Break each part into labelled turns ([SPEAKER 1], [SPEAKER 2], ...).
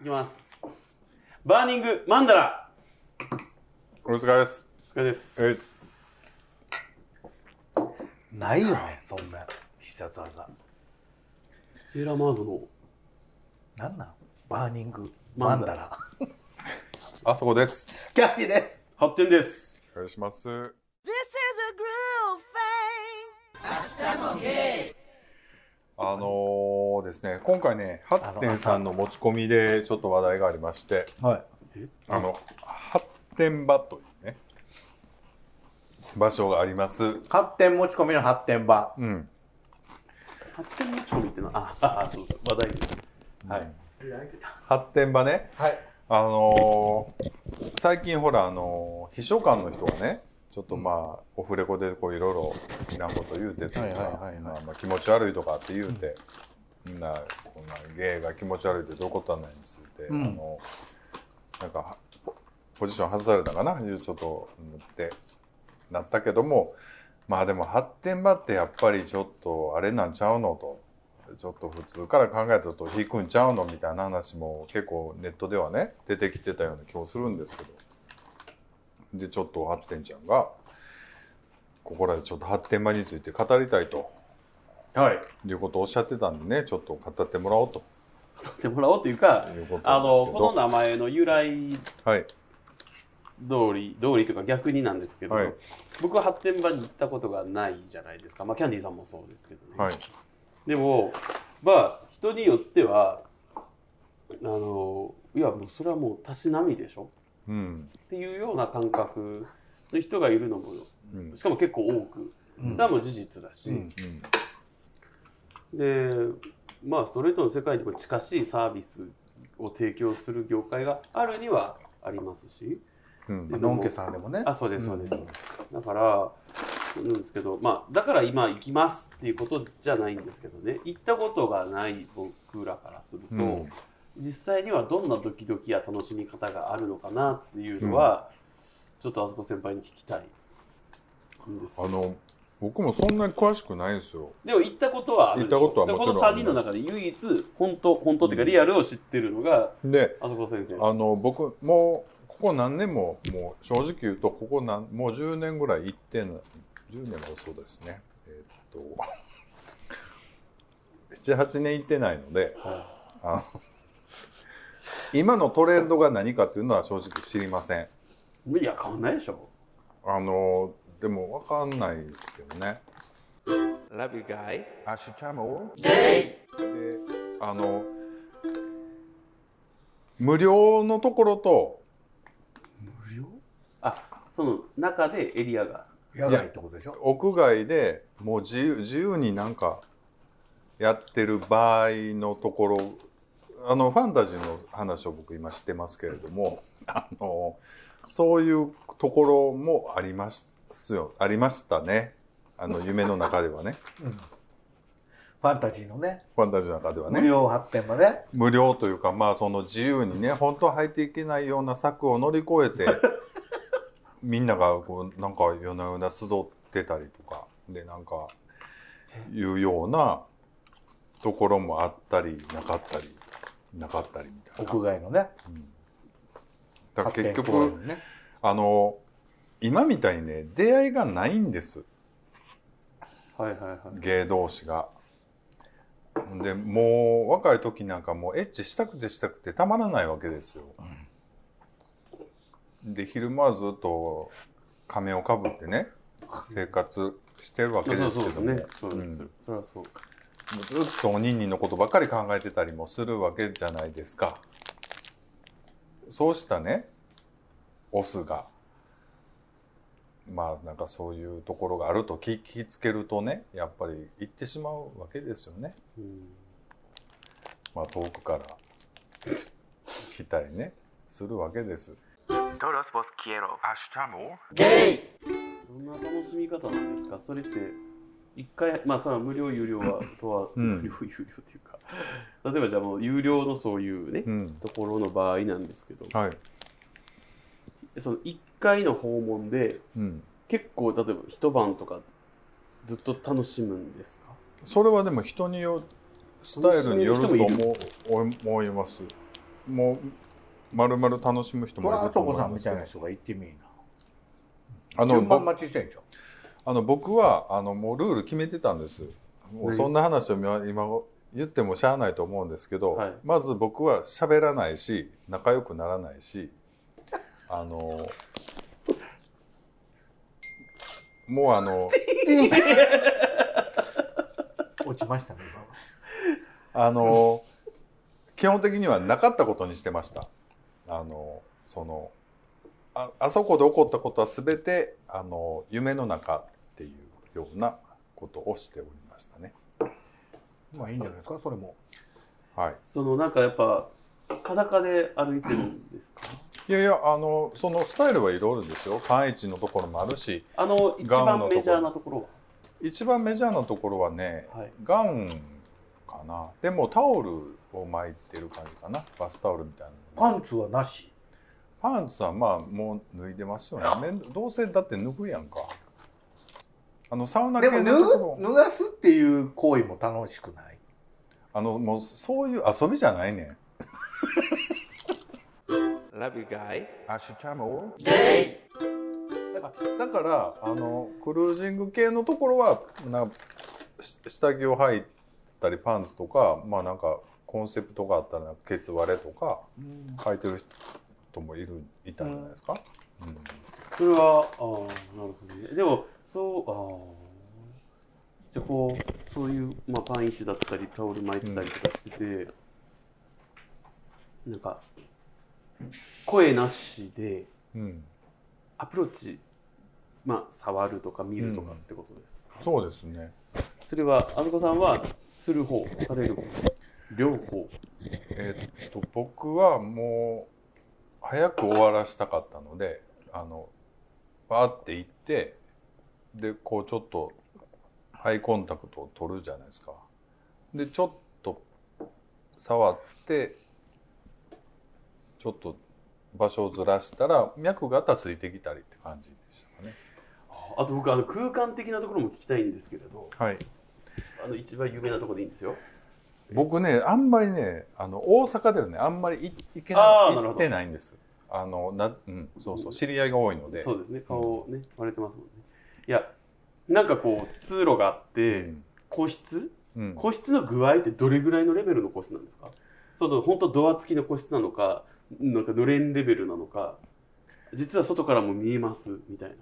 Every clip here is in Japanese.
[SPEAKER 1] いきます。バーニングマンダラ。
[SPEAKER 2] お疲れです。
[SPEAKER 1] お疲れです。
[SPEAKER 2] はい
[SPEAKER 3] ないよねそんな必殺技
[SPEAKER 1] セーラーマーズの
[SPEAKER 3] なんなんバーニングマンダラ
[SPEAKER 2] あそこです。
[SPEAKER 3] キャンディです
[SPEAKER 1] 発展です。
[SPEAKER 2] お願いします。
[SPEAKER 4] This is a groove eh? thing.
[SPEAKER 2] あのーですね、今回ね、ハッテンさんの持ち込みでちょっと話題がありまして、
[SPEAKER 3] はい
[SPEAKER 2] あの、ハッテン場というね、場所があります。
[SPEAKER 3] 発展持ち込みの発展場
[SPEAKER 2] うん。
[SPEAKER 1] 発展持ち込みってな。あ、あそうそう。話題です。はい。
[SPEAKER 2] 発展場ね、
[SPEAKER 3] はい
[SPEAKER 2] あのー最近ほら、あのー秘書官の人がね、ちょっとまあ、オフレコでこういろいろいらんこと言うてとか、
[SPEAKER 3] はいはいはいはい
[SPEAKER 2] まあまあ気持ち悪いとかって言うて、みんな、こんな芸が気持ち悪いってどういうことなんですって、
[SPEAKER 3] うん
[SPEAKER 2] あのなんか、ポジション外されたかな、いうちょっと、うんってなったけども、まあでも発展場ってやっぱりちょっとあれなんちゃうのと。ちょっと普通から考えたと引くんちゃうのみたいな話も結構ネットではね出てきてたような気もするんですけどでちょっと発展ちゃんがここらでちょっと発展場について語りたいと
[SPEAKER 1] はい。
[SPEAKER 2] いうことをおっしゃってたんでねちょっと語ってもらおうと
[SPEAKER 1] させてもらおうというか、
[SPEAKER 2] いうこと
[SPEAKER 1] あの、この
[SPEAKER 2] な
[SPEAKER 1] 名前の由来
[SPEAKER 2] はい
[SPEAKER 1] 通り、通りというか逆になんですけど、
[SPEAKER 2] はい
[SPEAKER 1] 僕は発展場に行ったことがないじゃないですか。まあ、キャンディーさんもそうですけどね。
[SPEAKER 2] はい
[SPEAKER 1] でもまあ人によってはあのいやもうそれはもうたしなみでしょ
[SPEAKER 2] うん
[SPEAKER 1] っていうような感覚の人がいるのも
[SPEAKER 2] うん
[SPEAKER 1] しかも結構多く
[SPEAKER 3] うん
[SPEAKER 1] それはもう事実だし、
[SPEAKER 3] うん
[SPEAKER 1] でまあそれとの世界にも近しいサービスを提供する業界があるにはありますし
[SPEAKER 2] うん
[SPEAKER 3] まあのんけさんでもね
[SPEAKER 1] あそうですそうです、
[SPEAKER 3] うん
[SPEAKER 1] だからなんですけどまあだから今行きますっていうことじゃないんですけどね行ったことがない僕らからすると、
[SPEAKER 2] うん
[SPEAKER 1] 実際にはどんなドキドキや楽しみ方があるのかなっていうのは、ちょっとあそこ先輩に聞きたいんです
[SPEAKER 2] あ
[SPEAKER 1] よ
[SPEAKER 2] の僕もそんなに詳しくないんですよ
[SPEAKER 1] でも行ったことはあるでしょ
[SPEAKER 2] 行ったことはもちろん
[SPEAKER 1] だからこの3人の中で唯一本当本当っていうか
[SPEAKER 2] うん
[SPEAKER 1] リアルを知ってるのが
[SPEAKER 2] で
[SPEAKER 1] あそこ先生です
[SPEAKER 2] あの僕もうここ何年ももう正直言うとここ何もう10年ぐらい行ってない10年はそうですねえーっと78年行ってないので
[SPEAKER 1] は
[SPEAKER 2] あの今のトレンドが何かっていうのは正直知りません
[SPEAKER 1] いいや変わんないでしょ
[SPEAKER 2] あのでも分かんないですけどね
[SPEAKER 1] Love you guys
[SPEAKER 2] アシュチャムであの無料のところと
[SPEAKER 1] 無料あその中でエリアが
[SPEAKER 3] 野外ってことでしょ
[SPEAKER 2] 屋外でもう自由自由になんかやってる場合のところあのファンタジーの話を僕今してますけれどもあのそういうところもありますよありましたねあの夢の中ではね
[SPEAKER 3] ファンタジーのね
[SPEAKER 2] ファンタジーの中では
[SPEAKER 3] 無
[SPEAKER 2] ね
[SPEAKER 3] 料発展場ね
[SPEAKER 2] 無料というかまあその自由にね本当は入っていけないような策を乗り越えてみんながこうなんか夜な夜な集ってたりとかでなんかいうようなところもあったりなかったりなかったりみたいな。
[SPEAKER 3] 屋外のね
[SPEAKER 2] だから結
[SPEAKER 3] 発展公園
[SPEAKER 2] 局
[SPEAKER 3] のね
[SPEAKER 2] あの今みたいにね出会いがないんです
[SPEAKER 1] はいはいはい
[SPEAKER 2] 芸同士が。でもう若い時なんかもうエッチしたくてしたくてたまらないわけですよ。で昼間はずっと仮面をかぶってね生活してるわけ
[SPEAKER 1] そう
[SPEAKER 2] です
[SPEAKER 1] そ
[SPEAKER 2] け
[SPEAKER 1] うです
[SPEAKER 2] ども、
[SPEAKER 1] ねそうです、
[SPEAKER 2] うん
[SPEAKER 1] それはそう
[SPEAKER 2] ずっとおにんにんのことばっかり考えてたりもするわけじゃないですか。そうしたねオスがまあなんかそういうところがあると聞きつけるとねやっぱり行ってしまうわけですよね。
[SPEAKER 1] うん
[SPEAKER 2] まあ、遠くから来たりねするわけです。
[SPEAKER 5] Todos vos quiero.
[SPEAKER 1] どんな楽しみ方なんですかそれって一回まあそれは無料有料はとは、
[SPEAKER 2] う
[SPEAKER 1] 無
[SPEAKER 2] ん
[SPEAKER 1] 料有料っていうか例えばじゃあもう有料のそういうね、
[SPEAKER 2] うん、
[SPEAKER 1] ところの場合なんですけど
[SPEAKER 2] はい、
[SPEAKER 1] その一回の訪問で
[SPEAKER 2] うん、
[SPEAKER 1] 結構例えば一晩とかずっと楽しむんですか
[SPEAKER 2] それはでも人によスタイルによると思う思います。もう丸々楽しむ人
[SPEAKER 3] これ
[SPEAKER 2] もい
[SPEAKER 3] は
[SPEAKER 2] ると思
[SPEAKER 3] 男さ
[SPEAKER 2] い
[SPEAKER 3] ん
[SPEAKER 2] ま
[SPEAKER 3] み
[SPEAKER 2] すけ
[SPEAKER 3] たい
[SPEAKER 2] ど
[SPEAKER 3] な人が行ってみいな
[SPEAKER 2] あの
[SPEAKER 3] 順番
[SPEAKER 2] 僕
[SPEAKER 3] 待ちしてん じゃん
[SPEAKER 2] あの僕はあのもうルール決めてたんですもう
[SPEAKER 1] ね
[SPEAKER 2] そんな話を今今言ってもしゃあないと思うんですけど、
[SPEAKER 1] はい
[SPEAKER 2] まず僕は喋らないし仲良くならないしあのもうあの
[SPEAKER 3] 落ちましたね
[SPEAKER 2] あの基本的にはなかったことにしてましたあのそのああそこで起こったことは全てあの夢の中っていうようなことをしておりましたね
[SPEAKER 3] 今まあいいんじゃないですかそれも
[SPEAKER 2] はい
[SPEAKER 1] そのなんかやっぱ裸で歩いてるんですか
[SPEAKER 2] いやいやあのそのスタイルはいろいろですよ3-1のところもあるし
[SPEAKER 1] あの一
[SPEAKER 2] ガウ
[SPEAKER 1] 番
[SPEAKER 2] ンのところ
[SPEAKER 1] メジャーなところ
[SPEAKER 2] 一番メジャーなところはね
[SPEAKER 1] は、はい、
[SPEAKER 2] ガウンかなでもタオルを巻いてる感じかなバスタオルみたいな
[SPEAKER 3] パンツはなし
[SPEAKER 2] パンツはまあもう脱いでますよ ねめんどうせだって脱ぐやんかあのサウナ
[SPEAKER 3] で
[SPEAKER 2] 系
[SPEAKER 3] も脱
[SPEAKER 2] のとこ
[SPEAKER 3] ぐ
[SPEAKER 2] ろ
[SPEAKER 3] 脱がすっていう行為も楽しくない
[SPEAKER 2] あのもうそういう遊びじゃないねん
[SPEAKER 1] Love you guys
[SPEAKER 2] アッシュチャムをだからあのクルージング系のところはなし下着を履いたりパンツとかまあなんかコンセプトがあったらなんかケツ割れとか履いてる人もいるいたんじゃないですか、うん
[SPEAKER 1] それはああなるほどねでもそうああじゃあこうそういう、まあ、パンイチだったりタオル巻いてたりとかしてて、なんか声なしで
[SPEAKER 2] うん
[SPEAKER 1] アプローチまあ触るとか見るとかってことです、
[SPEAKER 2] そうですね
[SPEAKER 1] それはあずこさんはする方される方両方
[SPEAKER 2] えっと僕はもう早く終わらしたかったのであのバーって行ってでこうちょっとハイコンタクトを取るじゃないですかでちょっと触ってちょっと場所をずらしたら脈がたついてきたりって感じでしたかね
[SPEAKER 1] ああと僕あの空間的なところも聞きたいんですけれど
[SPEAKER 2] はい
[SPEAKER 1] あの一番有名なところでいいんですよ
[SPEAKER 2] 僕ねあんまりねあの大阪ではねあんまりい行けな
[SPEAKER 1] あー
[SPEAKER 2] い
[SPEAKER 1] なる
[SPEAKER 2] 行
[SPEAKER 1] ほ
[SPEAKER 2] っ
[SPEAKER 1] ど
[SPEAKER 2] てないんですあのな、うん、そうそう知り合いが多いので
[SPEAKER 1] そうですね顔ね割れてますもんねいやなんかこう通路があって、個室
[SPEAKER 2] うんうん
[SPEAKER 1] 個室の具合ってどれぐらいのレベルの個室なんですかその本当ドア付きの個室なのかなんかのれんレベルなのか実は外からも見えますみたいな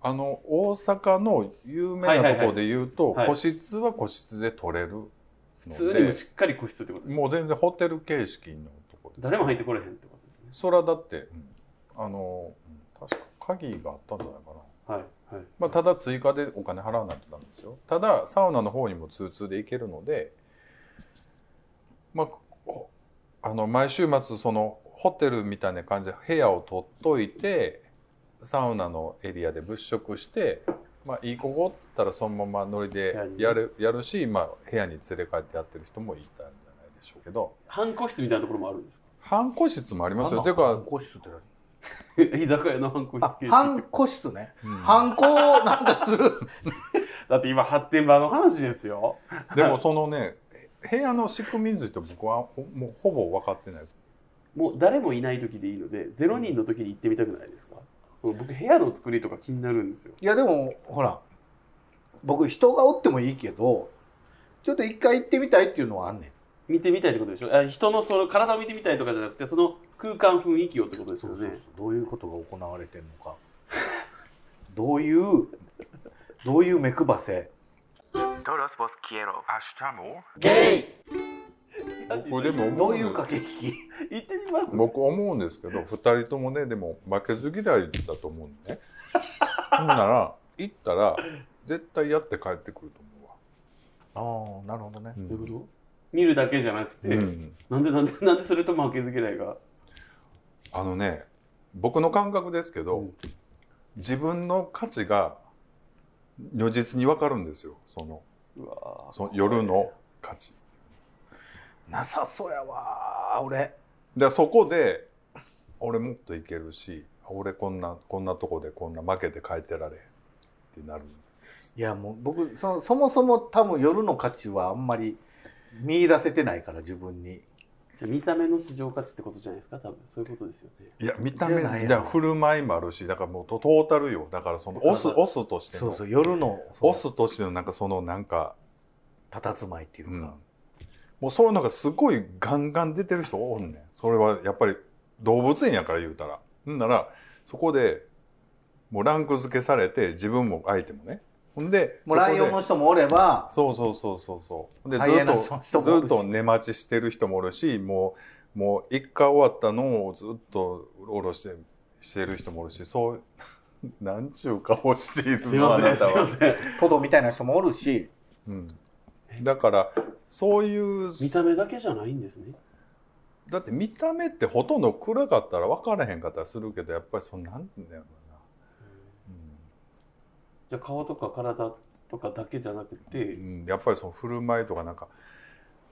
[SPEAKER 2] あの大阪の有名なところで言うと、
[SPEAKER 1] はいはいはいはい
[SPEAKER 2] 個室は個室で取れるの
[SPEAKER 1] 普
[SPEAKER 2] で
[SPEAKER 1] 通にもしっかり個室ってことです
[SPEAKER 2] もう全然ホテル形式のところです
[SPEAKER 1] 誰も入ってこれへんってことですね
[SPEAKER 2] それはだって、あのうん確か鍵があったんじゃないかな、
[SPEAKER 1] はいはい
[SPEAKER 2] まあ、ただ追加でお金払わないとダメですよただサウナの方にも通通で行けるのでまあおあの毎週末そのホテルみたいな感じで部屋を取っといてサウナのエリアで物色して、まあ、いい子がおったらそのままノリでやるやるし、まあ、部屋に連れ帰ってやってる人もいたんじゃないでしょうけど
[SPEAKER 1] 半個室みたいなところもあるんですか
[SPEAKER 2] 半個室もありますよ
[SPEAKER 3] あ
[SPEAKER 2] ていうか
[SPEAKER 3] 半、個室っ て
[SPEAKER 1] 居酒屋の半個室形式
[SPEAKER 3] 何あ
[SPEAKER 1] って
[SPEAKER 3] 半個室ね
[SPEAKER 2] うん
[SPEAKER 3] 半個をなんかする
[SPEAKER 1] だって今発展場の話ですよ
[SPEAKER 2] でもそのね部屋の仕組みについて僕はほもうほぼ分かってないです
[SPEAKER 1] もう誰もいない時でいいので0人の時に行ってみたくないですかその僕部屋の作りとか気になるんですよ
[SPEAKER 3] いやでもほら僕人がおってもいいけどちょっと一回行ってみたいっていうのはあんねん
[SPEAKER 1] 見てみたいってことでしょあ人のその体を見てみたいとかじゃなくてその空間雰囲気をってことですよね
[SPEAKER 3] どういうことが行われてるのか どういうどういう目くばせ
[SPEAKER 5] Todos vos quiero.
[SPEAKER 2] 僕でも思
[SPEAKER 3] ど
[SPEAKER 2] う
[SPEAKER 3] うんい
[SPEAKER 2] で
[SPEAKER 3] う駆け引き
[SPEAKER 1] 行ってみます
[SPEAKER 2] 僕思うんですけど2人ともねでも負けず嫌いだと思うんでねほんなら行ったら絶対やって帰ってくると思うわ
[SPEAKER 3] ああなるほどね、
[SPEAKER 2] う
[SPEAKER 1] どういうんこと見るだけじゃなくて、
[SPEAKER 2] うん
[SPEAKER 1] なんでなんでなんでそれとも負けず嫌いが
[SPEAKER 2] あのね僕の感覚ですけど、
[SPEAKER 1] うん
[SPEAKER 2] 自分の価値が如実に分かるんですよその
[SPEAKER 1] うわー
[SPEAKER 2] その夜の価値
[SPEAKER 3] なさそうやわー俺
[SPEAKER 2] でそこで俺もっといけるし俺こんなこんなとこでこんな負けて帰ってられへんってなる
[SPEAKER 3] いやもう僕そそもそも多分夜の価値はあんまり見出せてないから自分に
[SPEAKER 1] じゃあ見た目の市場価値ってことじゃないですか多分そういうことですよね
[SPEAKER 2] いや見た目
[SPEAKER 3] じゃないやろ
[SPEAKER 2] だから振る舞いもあるしだからもうトトータルよだからそのオス
[SPEAKER 3] だから
[SPEAKER 2] オスとして
[SPEAKER 3] そう
[SPEAKER 2] の
[SPEAKER 3] そう夜の
[SPEAKER 2] オスとしてのなんかそのなんか、
[SPEAKER 3] たたずまいっていううか、
[SPEAKER 2] ん、もうそういうのがすごいガンガン出てる人おんねんそれはやっぱり動物園やから言うたらんならそこでもうランク付けされて自分も相手もねほんで
[SPEAKER 3] もうライオンの人もおれば
[SPEAKER 2] そうそうそうそうそう。でず
[SPEAKER 3] ハイエ
[SPEAKER 2] っ
[SPEAKER 3] ナの人
[SPEAKER 2] と
[SPEAKER 3] もおるし
[SPEAKER 2] ずっと寝待ちしてる人もおるし、もうもう一回終わったのをずっとうろうろしてしてる人もおるし、そう なんちゅう顔している
[SPEAKER 1] すいませ
[SPEAKER 2] あなん
[SPEAKER 1] す
[SPEAKER 2] た
[SPEAKER 1] いま
[SPEAKER 2] は。
[SPEAKER 1] せん
[SPEAKER 3] トドみたいな人もおるし
[SPEAKER 2] うん。だからそういう
[SPEAKER 1] 見た目だけじゃないんですね
[SPEAKER 2] だって見た目ってほとんど暗かったら分からへんかったりするけど、やっぱりそのなんていうんだよな。
[SPEAKER 1] じゃあ顔とか体とかだけじゃなく
[SPEAKER 2] う
[SPEAKER 1] て
[SPEAKER 2] ん、うんやっぱりその振る舞いとかなんか、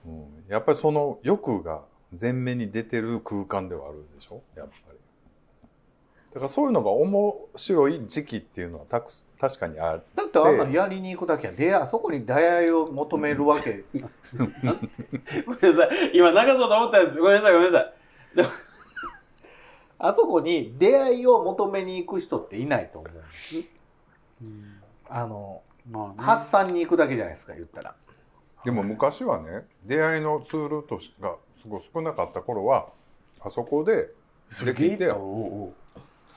[SPEAKER 2] うん、やっぱりその欲が前面に出てる空間ではあるでしょやっぱり。だからそういうのが面白い時期っていうのはたくす確かにある。
[SPEAKER 3] だってあんなやりに行くだけやであそこに出会いを求めるわけ
[SPEAKER 1] ごめんなさい今流そうと思ったんですごめんなさいごめんなさい
[SPEAKER 3] あそこに出会いを求めに行く人っていないと思うんですあの
[SPEAKER 1] まあ、ね、
[SPEAKER 3] 発散に行くだけじゃないですか言ったら
[SPEAKER 2] でも昔はね出会いのツールとしがすごい少なかった頃はあそこでできて
[SPEAKER 1] うんう
[SPEAKER 2] 付
[SPEAKER 1] んうん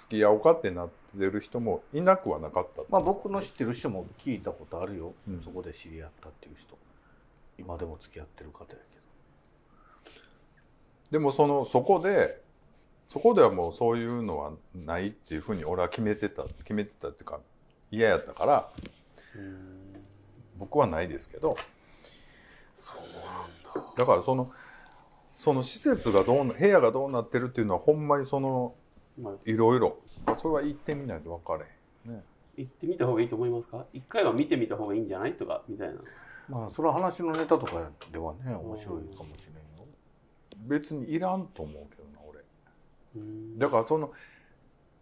[SPEAKER 2] き合おうかってなってる人もいなくはなかった。
[SPEAKER 3] まあ僕の知ってる人も聞いたことあるよ、
[SPEAKER 2] うん
[SPEAKER 3] そこで知り合ったっていう人今でも付き合ってる方やけど
[SPEAKER 2] でもそのそこでそこではもうそういうのはないっていうふうに俺は決めてた決めてたっていうか嫌やったから
[SPEAKER 1] うん
[SPEAKER 2] 僕はないですけど
[SPEAKER 1] そうなんだ
[SPEAKER 2] だからそのその施設がどうな部屋がどうなってるっていうのはほんまにその
[SPEAKER 1] まあ
[SPEAKER 2] いろいろそれは行ってみないと分からへん
[SPEAKER 1] 行ってみた方がいいと思いますか一回は見てみた方がいいんじゃないとかみたいな
[SPEAKER 3] まあそれは話のネタとかではね面白いかもしれんよ
[SPEAKER 2] 別にいらんと思うけどな俺
[SPEAKER 1] うん
[SPEAKER 2] だからその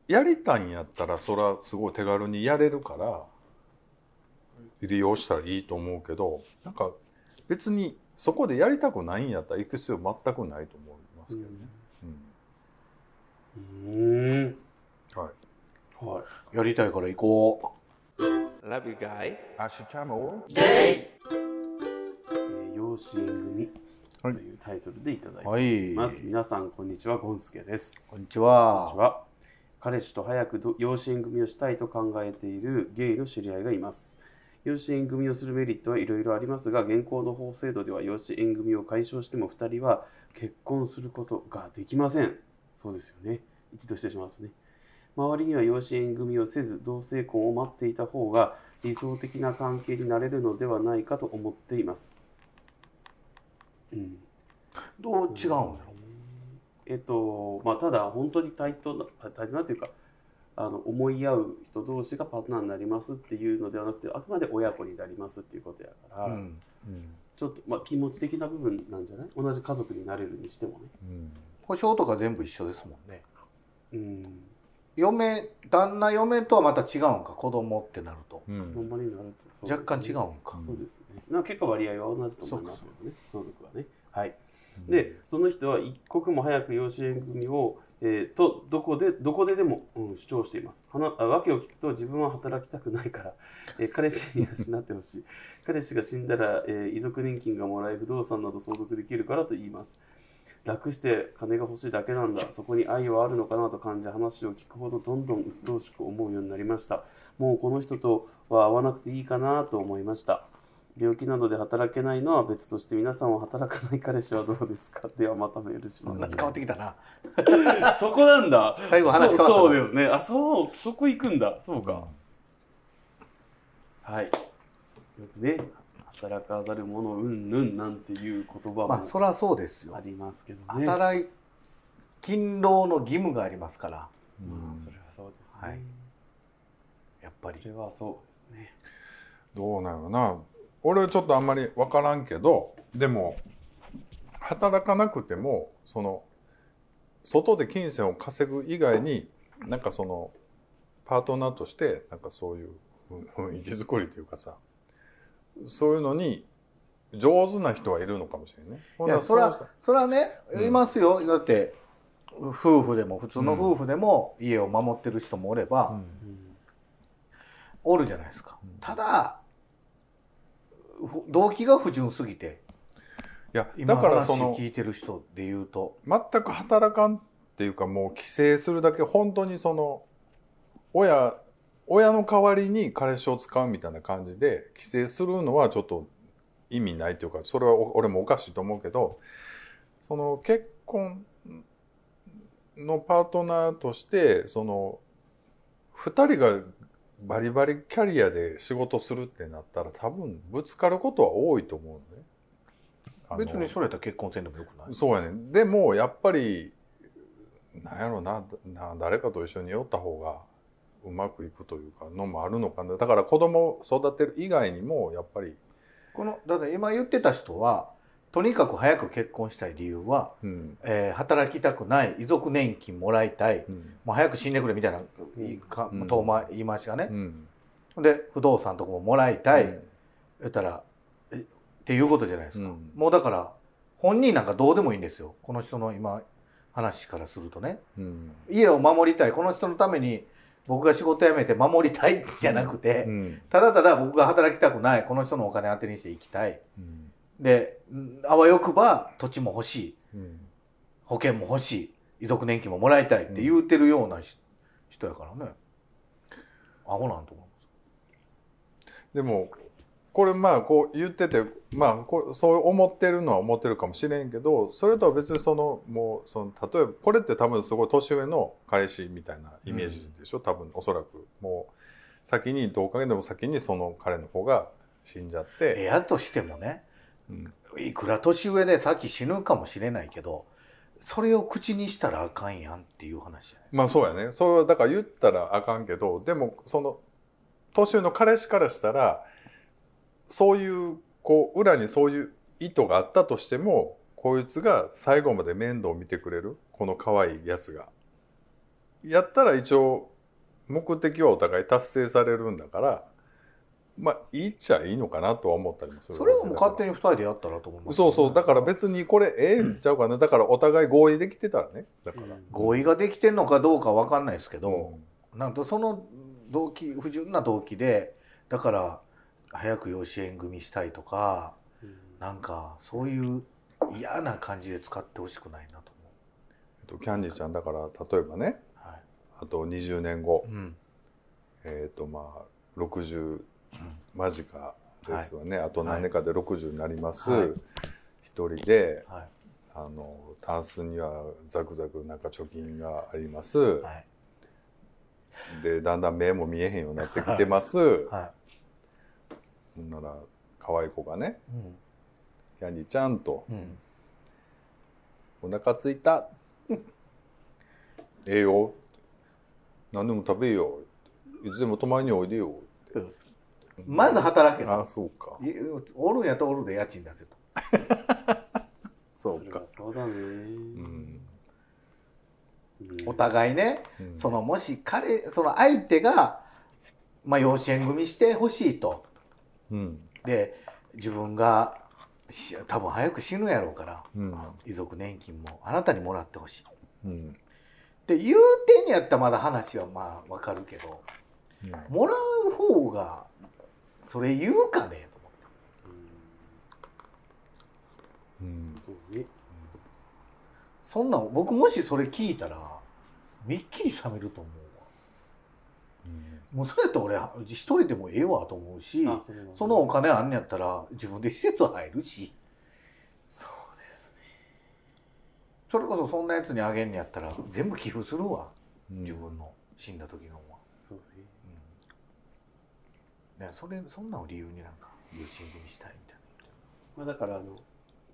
[SPEAKER 2] やりたいんやったらそれはすごい手軽にやれるから利用したらいいと思うけどなんか別にそこでやりたくないんやったら行く必要全くないと思いますけどね。
[SPEAKER 1] うん
[SPEAKER 2] うんはい
[SPEAKER 1] はい
[SPEAKER 3] やりたいから行こ
[SPEAKER 5] Love you guys.
[SPEAKER 2] アッシュチャム
[SPEAKER 1] えー養子縁組と
[SPEAKER 2] はい
[SPEAKER 1] いうタイトルでいただいうて
[SPEAKER 3] はい
[SPEAKER 1] ます、皆さんこんにちはゴンスケです
[SPEAKER 3] こんにち
[SPEAKER 1] こんにち
[SPEAKER 3] は
[SPEAKER 1] は彼氏と早くど養子縁組をしたいと考えているゲイの知り合いがいます養子縁組をするメリットはいろいろありますが現行の法制度では養子縁組を解消しても2人は結婚することができませんそうですよね一度してしまうとね周りには養子縁組をせず同性婚を待っていた方が理想的な関係になれるのではないかと思っていますうん
[SPEAKER 3] どう違うんだろ
[SPEAKER 1] えっとまあ、ただ本当に対等なあ対等なというかあの思い合う人同士がパートナーになりますっていうのではなくてあくまで親子になりますっていうことやから、
[SPEAKER 3] う、うん、
[SPEAKER 1] ちょっと、まあ、気持ち的な部分なんじゃない同じ家族になれるにしてもね。
[SPEAKER 3] 保証とか全部一緒ですもんね
[SPEAKER 1] うん、
[SPEAKER 3] 嫁旦那嫁とはまた違うんか子供ってなると
[SPEAKER 2] うんうん
[SPEAKER 1] ほんまになると、
[SPEAKER 3] 若干違うん
[SPEAKER 1] う
[SPEAKER 3] か、
[SPEAKER 1] そうですねなんか結構割合は同じと思いますけどね相続はねはい
[SPEAKER 2] うん
[SPEAKER 1] でその人は一刻も早く養子縁組を、えーとどこでどこででも、うん、主張しています話訳を聞くと自分は働きたくないから、 えー彼氏に養ってほしい彼氏が死んだら、えー遺族年金がもらえ不動産など相続できるからと言います楽して金が欲しいだけなんだそこに愛はあるのかなと感じ話を聞くほどどんどん鬱陶しく思うようになりましたもうこの人とは会わなくていいかなと思いました病気などで働けないのは別として皆さんは働かない彼氏はどうですかではまたメールします、
[SPEAKER 3] 話変わってきたな
[SPEAKER 1] そこなんだ
[SPEAKER 3] 最後話変わったな
[SPEAKER 1] そうそうですねあそうそこ行くんだそうか、はいよくね働かざる者うんぬんなんていう言葉
[SPEAKER 3] まあ
[SPEAKER 1] も
[SPEAKER 3] そりゃそうです
[SPEAKER 1] あ
[SPEAKER 3] よ
[SPEAKER 1] りますけどね、まあ、
[SPEAKER 3] 働い勤労の義務がありますから
[SPEAKER 2] うん
[SPEAKER 1] それはそうですね、
[SPEAKER 3] はいやっぱり
[SPEAKER 1] それはそうですね
[SPEAKER 2] どうなのな俺はちょっとあんまり分からんけどでも働かなくてもその外で金銭を稼ぐ以外になんかそのパートナーとしてなんかそういうふん雰囲気作りというかさそういうのに上手な人はいるのかもしれないね。ほんなら
[SPEAKER 3] いやそら
[SPEAKER 2] の人
[SPEAKER 3] それはね
[SPEAKER 2] うん
[SPEAKER 3] いますよ、だって夫婦でも普通の夫婦でも家を守ってる人もおれば、
[SPEAKER 2] うん
[SPEAKER 1] うん
[SPEAKER 3] おるじゃないですか、
[SPEAKER 2] うん
[SPEAKER 3] ただふ動機が不純すぎて
[SPEAKER 2] いや
[SPEAKER 3] 今
[SPEAKER 2] だから
[SPEAKER 3] 話
[SPEAKER 2] その
[SPEAKER 3] 聞いてる人で言うと
[SPEAKER 2] 全く働かんっていうかもう帰省するだけ本当にその親親の代わりに彼氏を使うみたいな感じで帰省するのはちょっと意味ないというかそれはお俺もおかしいと思うけどその結婚のパートナーとしてその2人がバリバリキャリアで仕事するってなったら多分ぶつかることは多いと思うのね。あの
[SPEAKER 3] 別にそれやったら結婚せんでもよくない
[SPEAKER 2] そうやねでもやっぱりなんやろなな誰かと一緒におった方がうまくいくというかのもあるのかなだから子供を育てる以外にもやっぱり、
[SPEAKER 3] このだから今言ってた人はとにかく早く結婚したい理由は、
[SPEAKER 2] うん
[SPEAKER 3] えー働きたくない遺族年金もらいたい
[SPEAKER 2] うん
[SPEAKER 3] もう早く死んでくれみたいな、いいか
[SPEAKER 2] うん
[SPEAKER 3] 遠回言い回しがね
[SPEAKER 2] う、ん
[SPEAKER 3] で不動産とかももらいたい、
[SPEAKER 2] うん
[SPEAKER 3] 言ったらえっていうことじゃないですか、
[SPEAKER 2] うん
[SPEAKER 3] もうだから本人なんかどうでもいいんですよこの人の今話からするとね
[SPEAKER 2] うん
[SPEAKER 3] 家を守りたいこの人のために僕が仕事辞めて守りたいじゃなくて、
[SPEAKER 2] うん
[SPEAKER 3] ただただ僕が働きたくないこの人のお金当てにしていきたい
[SPEAKER 2] うん
[SPEAKER 3] でんあわよくば土地も欲しい
[SPEAKER 2] うん
[SPEAKER 3] 保険も欲しい遺族年金ももらいたいって言うてるようなひ人やからねアホなんと思
[SPEAKER 2] でもこれまあこう言っててまあこれそう思ってるのは思ってるかもしれんけどそれとは別にそのもうその例えばこれって多分すごい年上の彼氏みたいなイメージでしょ、多分おそらくもう先にどうかげでも先にその彼の方が死んじゃっ
[SPEAKER 3] うえ
[SPEAKER 2] て、
[SPEAKER 3] やとしてもね
[SPEAKER 2] うん
[SPEAKER 3] いくら年上でさっき死ぬかもしれないけどそれを口にしたらあかんやんっていう話じゃない
[SPEAKER 2] まあそうやねそれはだから言ったらあかんけどでもその年上の彼氏からしたらそういうこう裏にそういう意図があったとしてもこいつが最後まで面倒を見てくれるこの可愛いやつが。やったら一応目的はお互い達成されるんだからまあいいっちゃいいのかなとは思ったりもする
[SPEAKER 3] それはもう勝手
[SPEAKER 2] に
[SPEAKER 3] に二人でやったらと思いますけど
[SPEAKER 2] そ
[SPEAKER 3] ね、
[SPEAKER 2] うそうだから別にこれええんちゃうかなだからお互い合意できてたらねだから。
[SPEAKER 3] 合意ができてんのかどうかわかんないですけど、
[SPEAKER 2] ん
[SPEAKER 3] なんとその動機不純な動機でだから早く養子縁組したいとか
[SPEAKER 1] うん
[SPEAKER 3] なんかそういう嫌な感じで使ってほしくないなと思
[SPEAKER 2] えっと、キャンディーちゃんだから例えばね
[SPEAKER 3] う、はい
[SPEAKER 2] あと20年後
[SPEAKER 3] うん
[SPEAKER 2] えっ、とまあ60
[SPEAKER 3] うん
[SPEAKER 2] 間近ですわね、あと
[SPEAKER 3] はい
[SPEAKER 2] 何年かで60になります、
[SPEAKER 3] はい
[SPEAKER 2] 一人で
[SPEAKER 3] は
[SPEAKER 2] あのタンスにはザクザクなんか貯金があります
[SPEAKER 3] い、はい
[SPEAKER 2] でだんだん目も見えへんようになってきてます
[SPEAKER 3] は
[SPEAKER 2] ほんなら可愛い子がね
[SPEAKER 3] いうん
[SPEAKER 2] 「キャンディーちゃん」と
[SPEAKER 3] うん、
[SPEAKER 2] 「お腹ついた」「ええよ」何でも食べよ」「いつでも泊まりにおいでよ」って
[SPEAKER 3] まず働けと
[SPEAKER 2] あそうか
[SPEAKER 3] いおるんやったらおるで家賃出せと
[SPEAKER 2] そう
[SPEAKER 1] れ
[SPEAKER 2] か
[SPEAKER 1] はそうだね、
[SPEAKER 2] う
[SPEAKER 1] う
[SPEAKER 2] ん
[SPEAKER 1] ん
[SPEAKER 3] お互いね
[SPEAKER 2] うん
[SPEAKER 3] そのもし彼その相手が、まあ、養子縁組してほしいと
[SPEAKER 2] うん
[SPEAKER 3] で自分がし多分早く死ぬやろうから
[SPEAKER 2] うん
[SPEAKER 3] 遺族年金もあなたにもらってほしいっ
[SPEAKER 2] うん
[SPEAKER 3] て言うてんやったらまだ話はまあわかるけどもらう方がそれ言うかねと思って
[SPEAKER 1] うん
[SPEAKER 2] うん
[SPEAKER 1] そうね
[SPEAKER 3] そんなん僕もしそれ聞いたらみっきり冷めると思うわもうそれやったら俺一人でもええわと思うし
[SPEAKER 1] あそれはね
[SPEAKER 3] そのお金あんねやったら自分で施設入るし
[SPEAKER 1] そうですね
[SPEAKER 3] それこそそんなやつにあげんにやったら全部寄付するわ
[SPEAKER 2] うん
[SPEAKER 3] 自分の死んだ時のは、
[SPEAKER 1] そうね
[SPEAKER 3] うん、ねそれそんなのを理由になんか友人組したいみたい
[SPEAKER 1] まあ、だからあの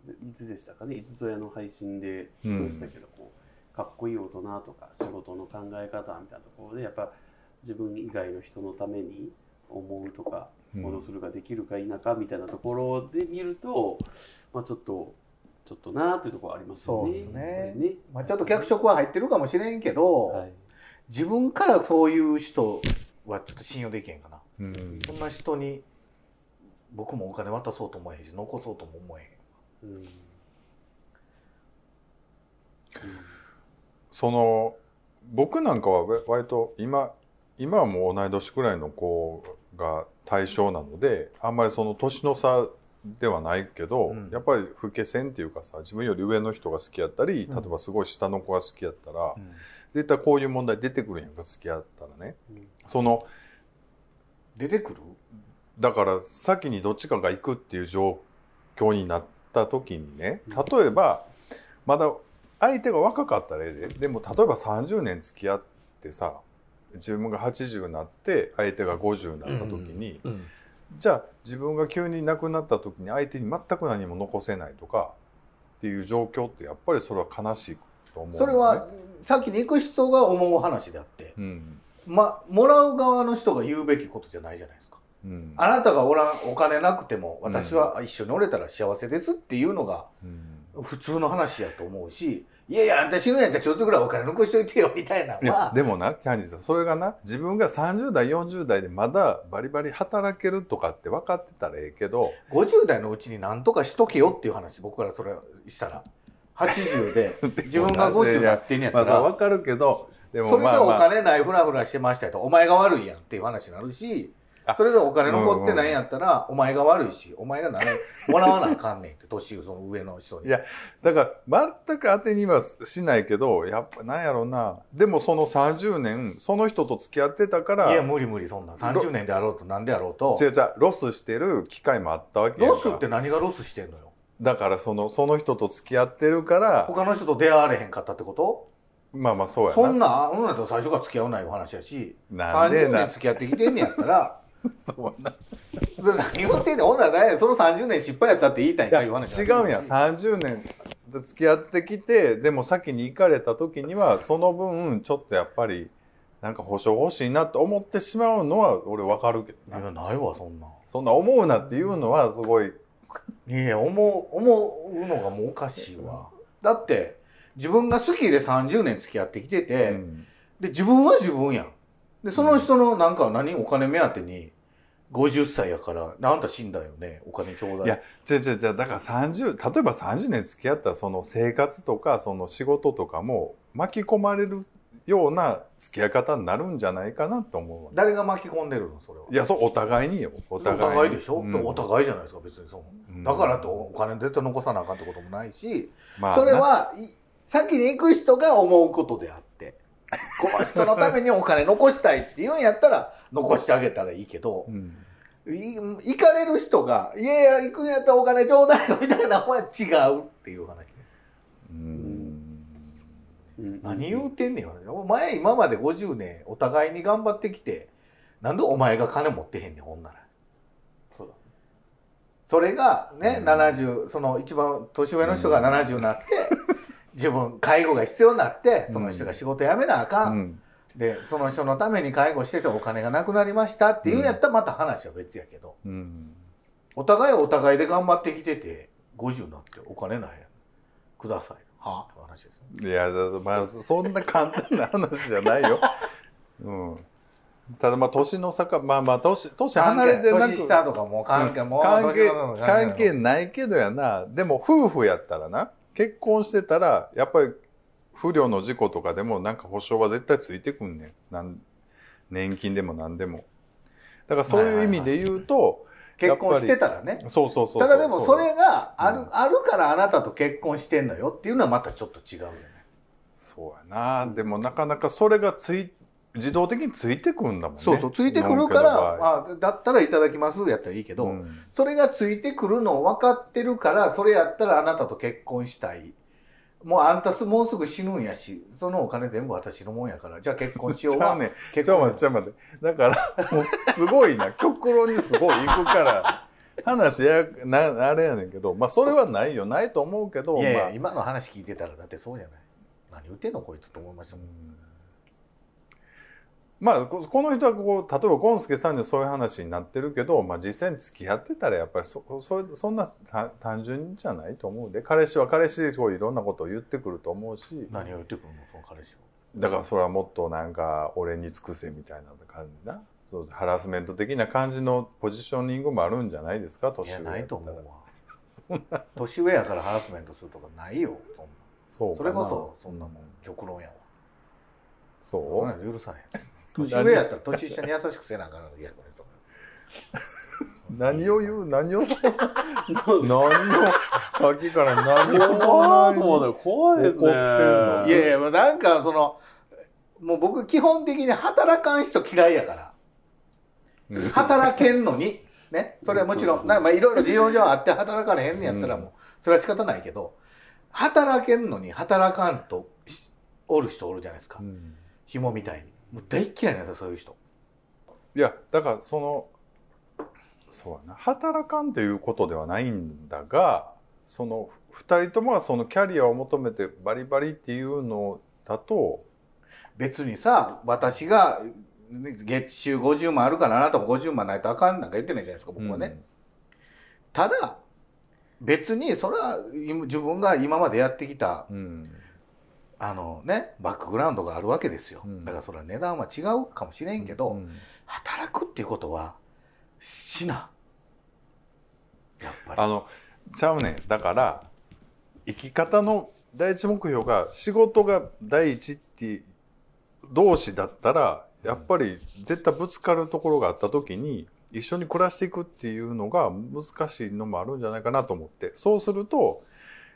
[SPEAKER 1] ぜいつでしたかねいつぞやの配信で
[SPEAKER 2] うん
[SPEAKER 1] 言いましたけど、こうかっこいい大人とか仕事の考え方みたいなところでやっぱ自分以外の人のために思うとか
[SPEAKER 2] うん
[SPEAKER 1] 行動するができるか否かみたいなところで見ると、まあ、ちょっとちょっとなーっていうところありますよね。
[SPEAKER 3] そうですね
[SPEAKER 1] これね
[SPEAKER 3] な、まあ、ちょっと脚色は入ってるかもしれんけど、
[SPEAKER 1] はい
[SPEAKER 3] 自分からそういう人はちょっと信用できへんかな
[SPEAKER 2] うん
[SPEAKER 3] そんな人に僕もお金渡そうと思えへんし残そうとも思えへん
[SPEAKER 1] うんうん
[SPEAKER 2] その僕なんかはわ割と今今はもう同い年くらいの子が対象なのであんまりその年の差ではないけど、
[SPEAKER 3] うん
[SPEAKER 2] やっぱり老け線っていうかさ自分より上の人が好きやったり例
[SPEAKER 3] うん
[SPEAKER 2] えばすごい下の子が好きやったら、絶対こういう問題出てくるんやんか付き合ったらね
[SPEAKER 1] うん
[SPEAKER 2] その
[SPEAKER 3] 出てくる
[SPEAKER 2] だから先にどっちかが行くっていう状況になった時にね
[SPEAKER 1] うん
[SPEAKER 2] 例えばまだ相手が若かったらええででも例えば30年付き合ってさ自分が80になって相手が50になった時に、
[SPEAKER 3] うん
[SPEAKER 2] じゃあ自分が急に亡くなった時に相手に全く何も残せないとかっていう状況ってやっぱりそれは悲しいと思う、
[SPEAKER 3] それは、先に行く人が思う話であって、
[SPEAKER 2] うん
[SPEAKER 3] ま、もらう側の人が言うべきことじゃないじゃないですか
[SPEAKER 2] うん
[SPEAKER 3] あなたがおらんお金なくても私は一緒におれたら幸せですっていうのが
[SPEAKER 2] うん
[SPEAKER 3] 普通の話やと思うしいやいやあんた死ぬんやったらちょっとぐらいお金残しといてよみたいないの
[SPEAKER 2] や
[SPEAKER 3] は
[SPEAKER 2] でもなキャンディーさんそれがな自分が30代40代でまだバリバリ働けるとかって分かってたらええけど
[SPEAKER 3] 50代のうちに何とかしとけよっていう話僕からそれしたら80で 自分が50になってんやっ
[SPEAKER 2] ま
[SPEAKER 3] た
[SPEAKER 2] あさ
[SPEAKER 3] ら
[SPEAKER 2] 分かるけどで
[SPEAKER 3] それで
[SPEAKER 2] まあ
[SPEAKER 3] お
[SPEAKER 2] まあ
[SPEAKER 3] 金ないふらふらしてましたよとお前が悪いやんっていう話になるし
[SPEAKER 2] あ
[SPEAKER 3] それでお金残ってないんやったらお前が悪いしお前が何もらわなあかんねんって年その上の人に
[SPEAKER 2] いやだから全く当てにはしないけどやっぱなんやろうなでもその30年その人と付き合ってたから
[SPEAKER 3] いや
[SPEAKER 2] 違う
[SPEAKER 3] 無理無理そんな30年であろうと何であろうと
[SPEAKER 2] 違うロスしてる機会もあったわけやん
[SPEAKER 3] ロ
[SPEAKER 2] か
[SPEAKER 3] スって何がロスしてんのよ
[SPEAKER 2] だからそのその人と付き合ってるから
[SPEAKER 3] 他の人と出会われへんかったってこと
[SPEAKER 2] まあまあそうや
[SPEAKER 3] そ
[SPEAKER 2] なん
[SPEAKER 3] なあんなと最初から付き合うないお話やし
[SPEAKER 2] なんで
[SPEAKER 3] 30
[SPEAKER 2] な
[SPEAKER 3] 年付き合ってきてんねやったら
[SPEAKER 2] そうな
[SPEAKER 3] それ何言ってんねんほんならねその30年失敗やったって言いたい
[SPEAKER 2] い
[SPEAKER 3] んか
[SPEAKER 2] や
[SPEAKER 3] いう
[SPEAKER 2] 違
[SPEAKER 3] 話
[SPEAKER 2] うやん30年付き合ってきてでも先に行かれた時にはその分ちょっとやっぱりなんか保証欲しいなと思ってしまうのは俺わかるけ
[SPEAKER 3] い
[SPEAKER 2] ど
[SPEAKER 3] や
[SPEAKER 2] な
[SPEAKER 3] ないわそんな
[SPEAKER 2] そんな思うなっていうのはすごい
[SPEAKER 3] いや思う思うのがもうおかしいわだって自分が好きで30年付き合ってきてて、
[SPEAKER 2] うん
[SPEAKER 3] で自分は自分やんでその人のなんか何お金目当てに50歳やからあんた死んだよねお金ちょうだい
[SPEAKER 2] いや違う違う違うだから30例えば30年付き合ったらその生活とかその仕事とかも巻き込まれるような付き合い方になるんじゃないかなと思うわ
[SPEAKER 3] 誰が巻き込んでるのそれはい
[SPEAKER 2] やそうお互いによお
[SPEAKER 3] お互
[SPEAKER 2] 互
[SPEAKER 3] い
[SPEAKER 2] いに
[SPEAKER 3] でしょ、
[SPEAKER 2] うん
[SPEAKER 3] お互いじゃないですか別にその
[SPEAKER 2] うん
[SPEAKER 3] だからってお金絶対残さなあかんってこともないし、
[SPEAKER 2] まあ
[SPEAKER 3] それはい先に行く人が思うこ とであってこの人のためにお金残したいって言うんやったら残してあげたらいいけど
[SPEAKER 2] なうん
[SPEAKER 3] い行かれる人がいやいや行くんやったらお金ちょうだいよみたいなのは違うっていう話
[SPEAKER 2] うん
[SPEAKER 1] うん
[SPEAKER 3] 何言うてんねんよお前今まで50年お互いに頑張ってきてなんでお前が金持ってへんねんほんなら
[SPEAKER 1] そうだ
[SPEAKER 3] それがね、
[SPEAKER 2] うん
[SPEAKER 3] 70その一番年上の人が70になって、 自分介護が必要になってその人が仕事辞めなあか、
[SPEAKER 2] うんん
[SPEAKER 3] でその人のために介護しててお金がなくなりましたっていうんやったらまた話は別やけど、
[SPEAKER 2] うん
[SPEAKER 3] お互いはお互いで頑張ってきてて50になってお金ないやんくださいはって話ですね
[SPEAKER 2] いやだまあそんな簡単な話じゃない よ、うん、ただまあ年の差かまあまあ年年離れてなく
[SPEAKER 3] 年下とかもう関係、もう
[SPEAKER 2] 関係
[SPEAKER 3] 年上の
[SPEAKER 2] 関係ないけどやなでも夫婦やったらな結婚してたらやっぱり不慮の事故とかでもなんか保証は絶対ついてくんねんなん年金でも何でもだからそういう意味で言うと、
[SPEAKER 3] 結婚してたらね
[SPEAKER 2] そうそうそう
[SPEAKER 3] ただでもそれがある,、
[SPEAKER 2] うん
[SPEAKER 3] あるからあなたと結婚してんのよっていうのはまたちょっと違うじゃない
[SPEAKER 2] そうやなでもなかなかそれがつい自動的についてくるんだもんね
[SPEAKER 3] そうそうついてくるからあだったらいただきますやったらいいけど、
[SPEAKER 2] うん
[SPEAKER 3] それがついてくるの分かってるからそれやったらあなたと結婚したいもうあんたすもうすぐ死ぬんやしそのお金全部私のもんやから じゃあ結婚しよう
[SPEAKER 2] ちゃ
[SPEAKER 3] は
[SPEAKER 2] うねん
[SPEAKER 3] 結
[SPEAKER 2] ちょ
[SPEAKER 3] 婚
[SPEAKER 2] っと待ってちょっと待ってだからもうすごいな極論にすごい行くから話ややなあれやねんけどまあそれはないよないと思うけど
[SPEAKER 3] いやいや
[SPEAKER 2] まあ
[SPEAKER 3] 今の話聞いてたらだってそうじゃない何言ってんのこいつと思いました
[SPEAKER 2] う
[SPEAKER 3] もん
[SPEAKER 2] んまあここの人はこう例えばゴンスケさんにはそういう話になってるけど、まあ、実際に付き合ってたらやっぱりそそそんな単単純じゃないと思うで彼氏は彼氏でこういろんなことを言ってくると思うし
[SPEAKER 3] 何を言ってくるのその彼氏は
[SPEAKER 2] だからそれはもっとなんか俺に尽くせみたいな感じなそうハラスメント的な感じのポジショニングもあるんじゃないですか
[SPEAKER 3] い
[SPEAKER 2] 年
[SPEAKER 3] や
[SPEAKER 2] 上
[SPEAKER 3] ないと思うわ年上やからハラスメントするとかないよそんな
[SPEAKER 2] そう
[SPEAKER 3] そ
[SPEAKER 2] か
[SPEAKER 3] れ
[SPEAKER 2] な
[SPEAKER 3] こそそんなもん極論やわ
[SPEAKER 2] そ
[SPEAKER 3] そん
[SPEAKER 2] う
[SPEAKER 3] なの許されへん年上やったら年下に優しくせなあかんのいやこれとか
[SPEAKER 2] 何を言う何をそ
[SPEAKER 1] なん
[SPEAKER 2] 何をさっきから何を
[SPEAKER 1] 怖
[SPEAKER 2] そ
[SPEAKER 1] いと
[SPEAKER 2] んな
[SPEAKER 1] 思う
[SPEAKER 2] に
[SPEAKER 1] よ怖いですね。
[SPEAKER 2] 怒ってんの
[SPEAKER 3] いやいやもうなんかそのもう僕基本的に働かん人嫌いやから
[SPEAKER 2] うん
[SPEAKER 3] 働けんのに、ね、それはもちろ
[SPEAKER 1] うん
[SPEAKER 3] ん、なんかまあいろいろ事情上あって働かれへんねやったら
[SPEAKER 2] うん
[SPEAKER 3] もう、それは仕方ないけど、働けんのに働かんとしおる人おるじゃないですか
[SPEAKER 2] う。ん
[SPEAKER 3] 紐みたいに。もう大っ嫌いなんですよ、そういう人。
[SPEAKER 2] いやだからそのそうやな働かんということではないんだがその2人ともがそのキャリアを求めてバリバリっていうのだと
[SPEAKER 3] 別にさ、私が、ね月収50万あるからあなたも50万ないとあかんなんか言ってないじゃないですか、僕はね。ただ、別に、それは今自分が今までやってきた
[SPEAKER 2] うんうん
[SPEAKER 3] あのね、バックグラウンドがあるわけですよ。
[SPEAKER 2] うん
[SPEAKER 3] だからそれは値段は違うかもしれんけど、
[SPEAKER 2] うん
[SPEAKER 3] 働くっていうことはしな。やっぱり。
[SPEAKER 2] あのちゃうねんだから生き方の第一目標が仕事が第一って同士だったらやっぱり絶対ぶつかるところがあった時に一緒に暮らしていくっていうのが難しいのもあるんじゃないかなと思ってそうすると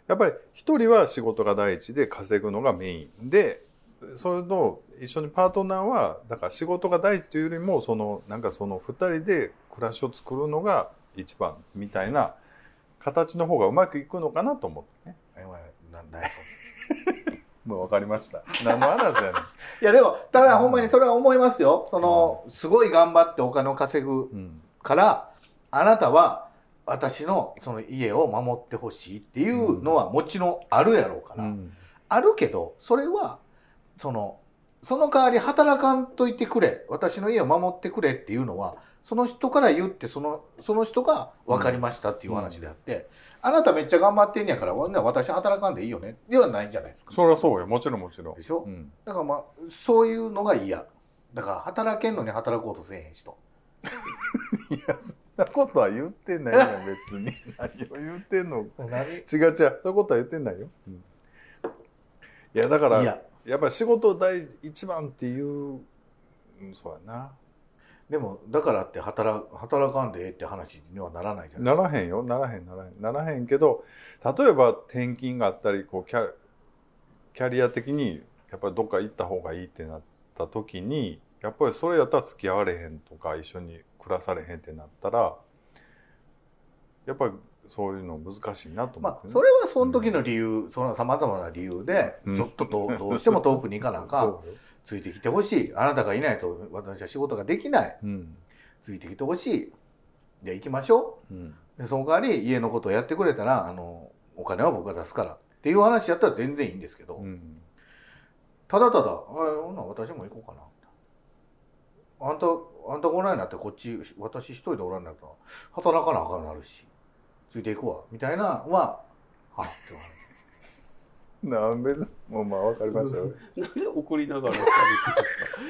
[SPEAKER 2] やっぱり一人は仕事が第一で稼ぐのがメインでそれと一緒にパートナーはだから仕事が第一というよりもそのなんかその二人で暮らしを作るのが一番みたいな形の方がうまくいくのかなと思ってね
[SPEAKER 3] えお前なない
[SPEAKER 2] もう分かりま した何の話やねん
[SPEAKER 3] いやでも、ただほんまにそれは思いますよ。その、すごい頑張ってお金を稼ぐ
[SPEAKER 2] うん
[SPEAKER 3] から、あなたは私のその家を守ってほしいっていうのはもちろんあるやろうから。
[SPEAKER 2] うん
[SPEAKER 3] あるけど、それは、その、その代わり働かんといてくれ、私の家を守ってくれっていうのは、その人から言って、その、その人が分かりましたっていう話であって、あなためっちゃ頑張ってんやから、ほんなら私働かんでいいよね、ではないじゃないですか。
[SPEAKER 2] そりゃそうよもちろんもちろん
[SPEAKER 3] でしょ
[SPEAKER 2] うん
[SPEAKER 3] だからまあ、そういうのが嫌。だから、働けんのに働こうとせえへん人。
[SPEAKER 2] いやそんなことは言ってないやん別 に何を言ってんの違う違うそういうことは言ってないよ、うんいやだから
[SPEAKER 3] いや、
[SPEAKER 2] やっぱり仕事第一番っていう、うん、そうやな
[SPEAKER 3] でも、だからって働、働かんでええって話にはならないじゃないですか
[SPEAKER 2] ならへんよならへんならへんならへんけど例えば転勤があったりこうキャキャリア的にやっぱりどっか行った方がいいってなった時にやっぱりそれやったら付き合われへんとか一緒に暮らされへんってなったらやっぱりそういうの難しいなと思っ
[SPEAKER 3] ま
[SPEAKER 2] て、
[SPEAKER 3] あ、
[SPEAKER 2] ね
[SPEAKER 3] それはその時の理由、そのさまざまな理由で、
[SPEAKER 2] うん
[SPEAKER 3] ちょっとどうどうしても遠くに行かなあかん、
[SPEAKER 2] そうよ
[SPEAKER 3] ついてきてほしい、あなたがいないと私は仕事ができない、
[SPEAKER 2] うん
[SPEAKER 3] ついてきてほしい、じゃあ行きましょ
[SPEAKER 2] うん
[SPEAKER 3] う、でその代わり家のことをやってくれたらあの、お金は僕が出すからっていう話やったら全然いいんですけど、
[SPEAKER 2] うん
[SPEAKER 3] ただただ、あほんなら私も行こうかな。あんた、あんたがおらんようになって、こっち、私一人でおらんようになったら、働かなあかんなるし、ついていくわ、みたいなのは、はって思う
[SPEAKER 2] なん別にもうまあわかりましたよ
[SPEAKER 1] なんで怒りながら喋って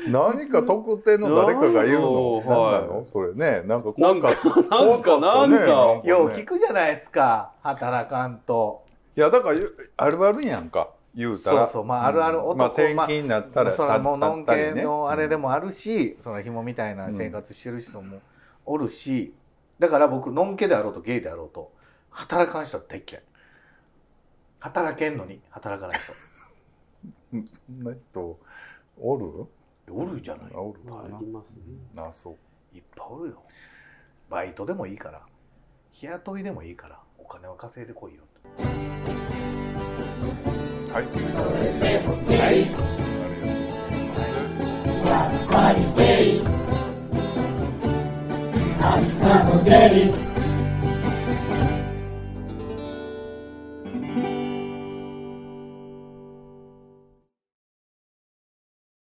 [SPEAKER 1] る
[SPEAKER 2] 何か特定の誰かがいるの
[SPEAKER 1] 普通
[SPEAKER 2] 何
[SPEAKER 1] はい
[SPEAKER 2] なの それねなんか
[SPEAKER 1] なんか
[SPEAKER 2] 怖
[SPEAKER 1] なん
[SPEAKER 2] った
[SPEAKER 1] か
[SPEAKER 2] 怖ったね
[SPEAKER 1] なんか
[SPEAKER 2] ね
[SPEAKER 3] よう聞くじゃないですか働かんと
[SPEAKER 2] いやだからゆあるあるやんか言うたら
[SPEAKER 3] そうそうまああるある男
[SPEAKER 2] まあ、転勤になったら
[SPEAKER 3] そ
[SPEAKER 2] た
[SPEAKER 3] らもうのん
[SPEAKER 2] たった
[SPEAKER 3] け
[SPEAKER 2] りね
[SPEAKER 3] のあれでもあるし、その紐みたいな生活してる人もおるし、だから僕のんけであろうとゲイであろうと働かん人は大っ嫌い働けんのに働かない
[SPEAKER 2] うんそんな人おる
[SPEAKER 3] 人おるじゃない
[SPEAKER 2] あおる
[SPEAKER 1] んですか。
[SPEAKER 2] か
[SPEAKER 1] まあありますね。
[SPEAKER 2] なあそう
[SPEAKER 3] いっぱいおるよバイトでもいいから日雇いでもいいからお金を稼いでこいよと
[SPEAKER 2] はい
[SPEAKER 6] ゲイ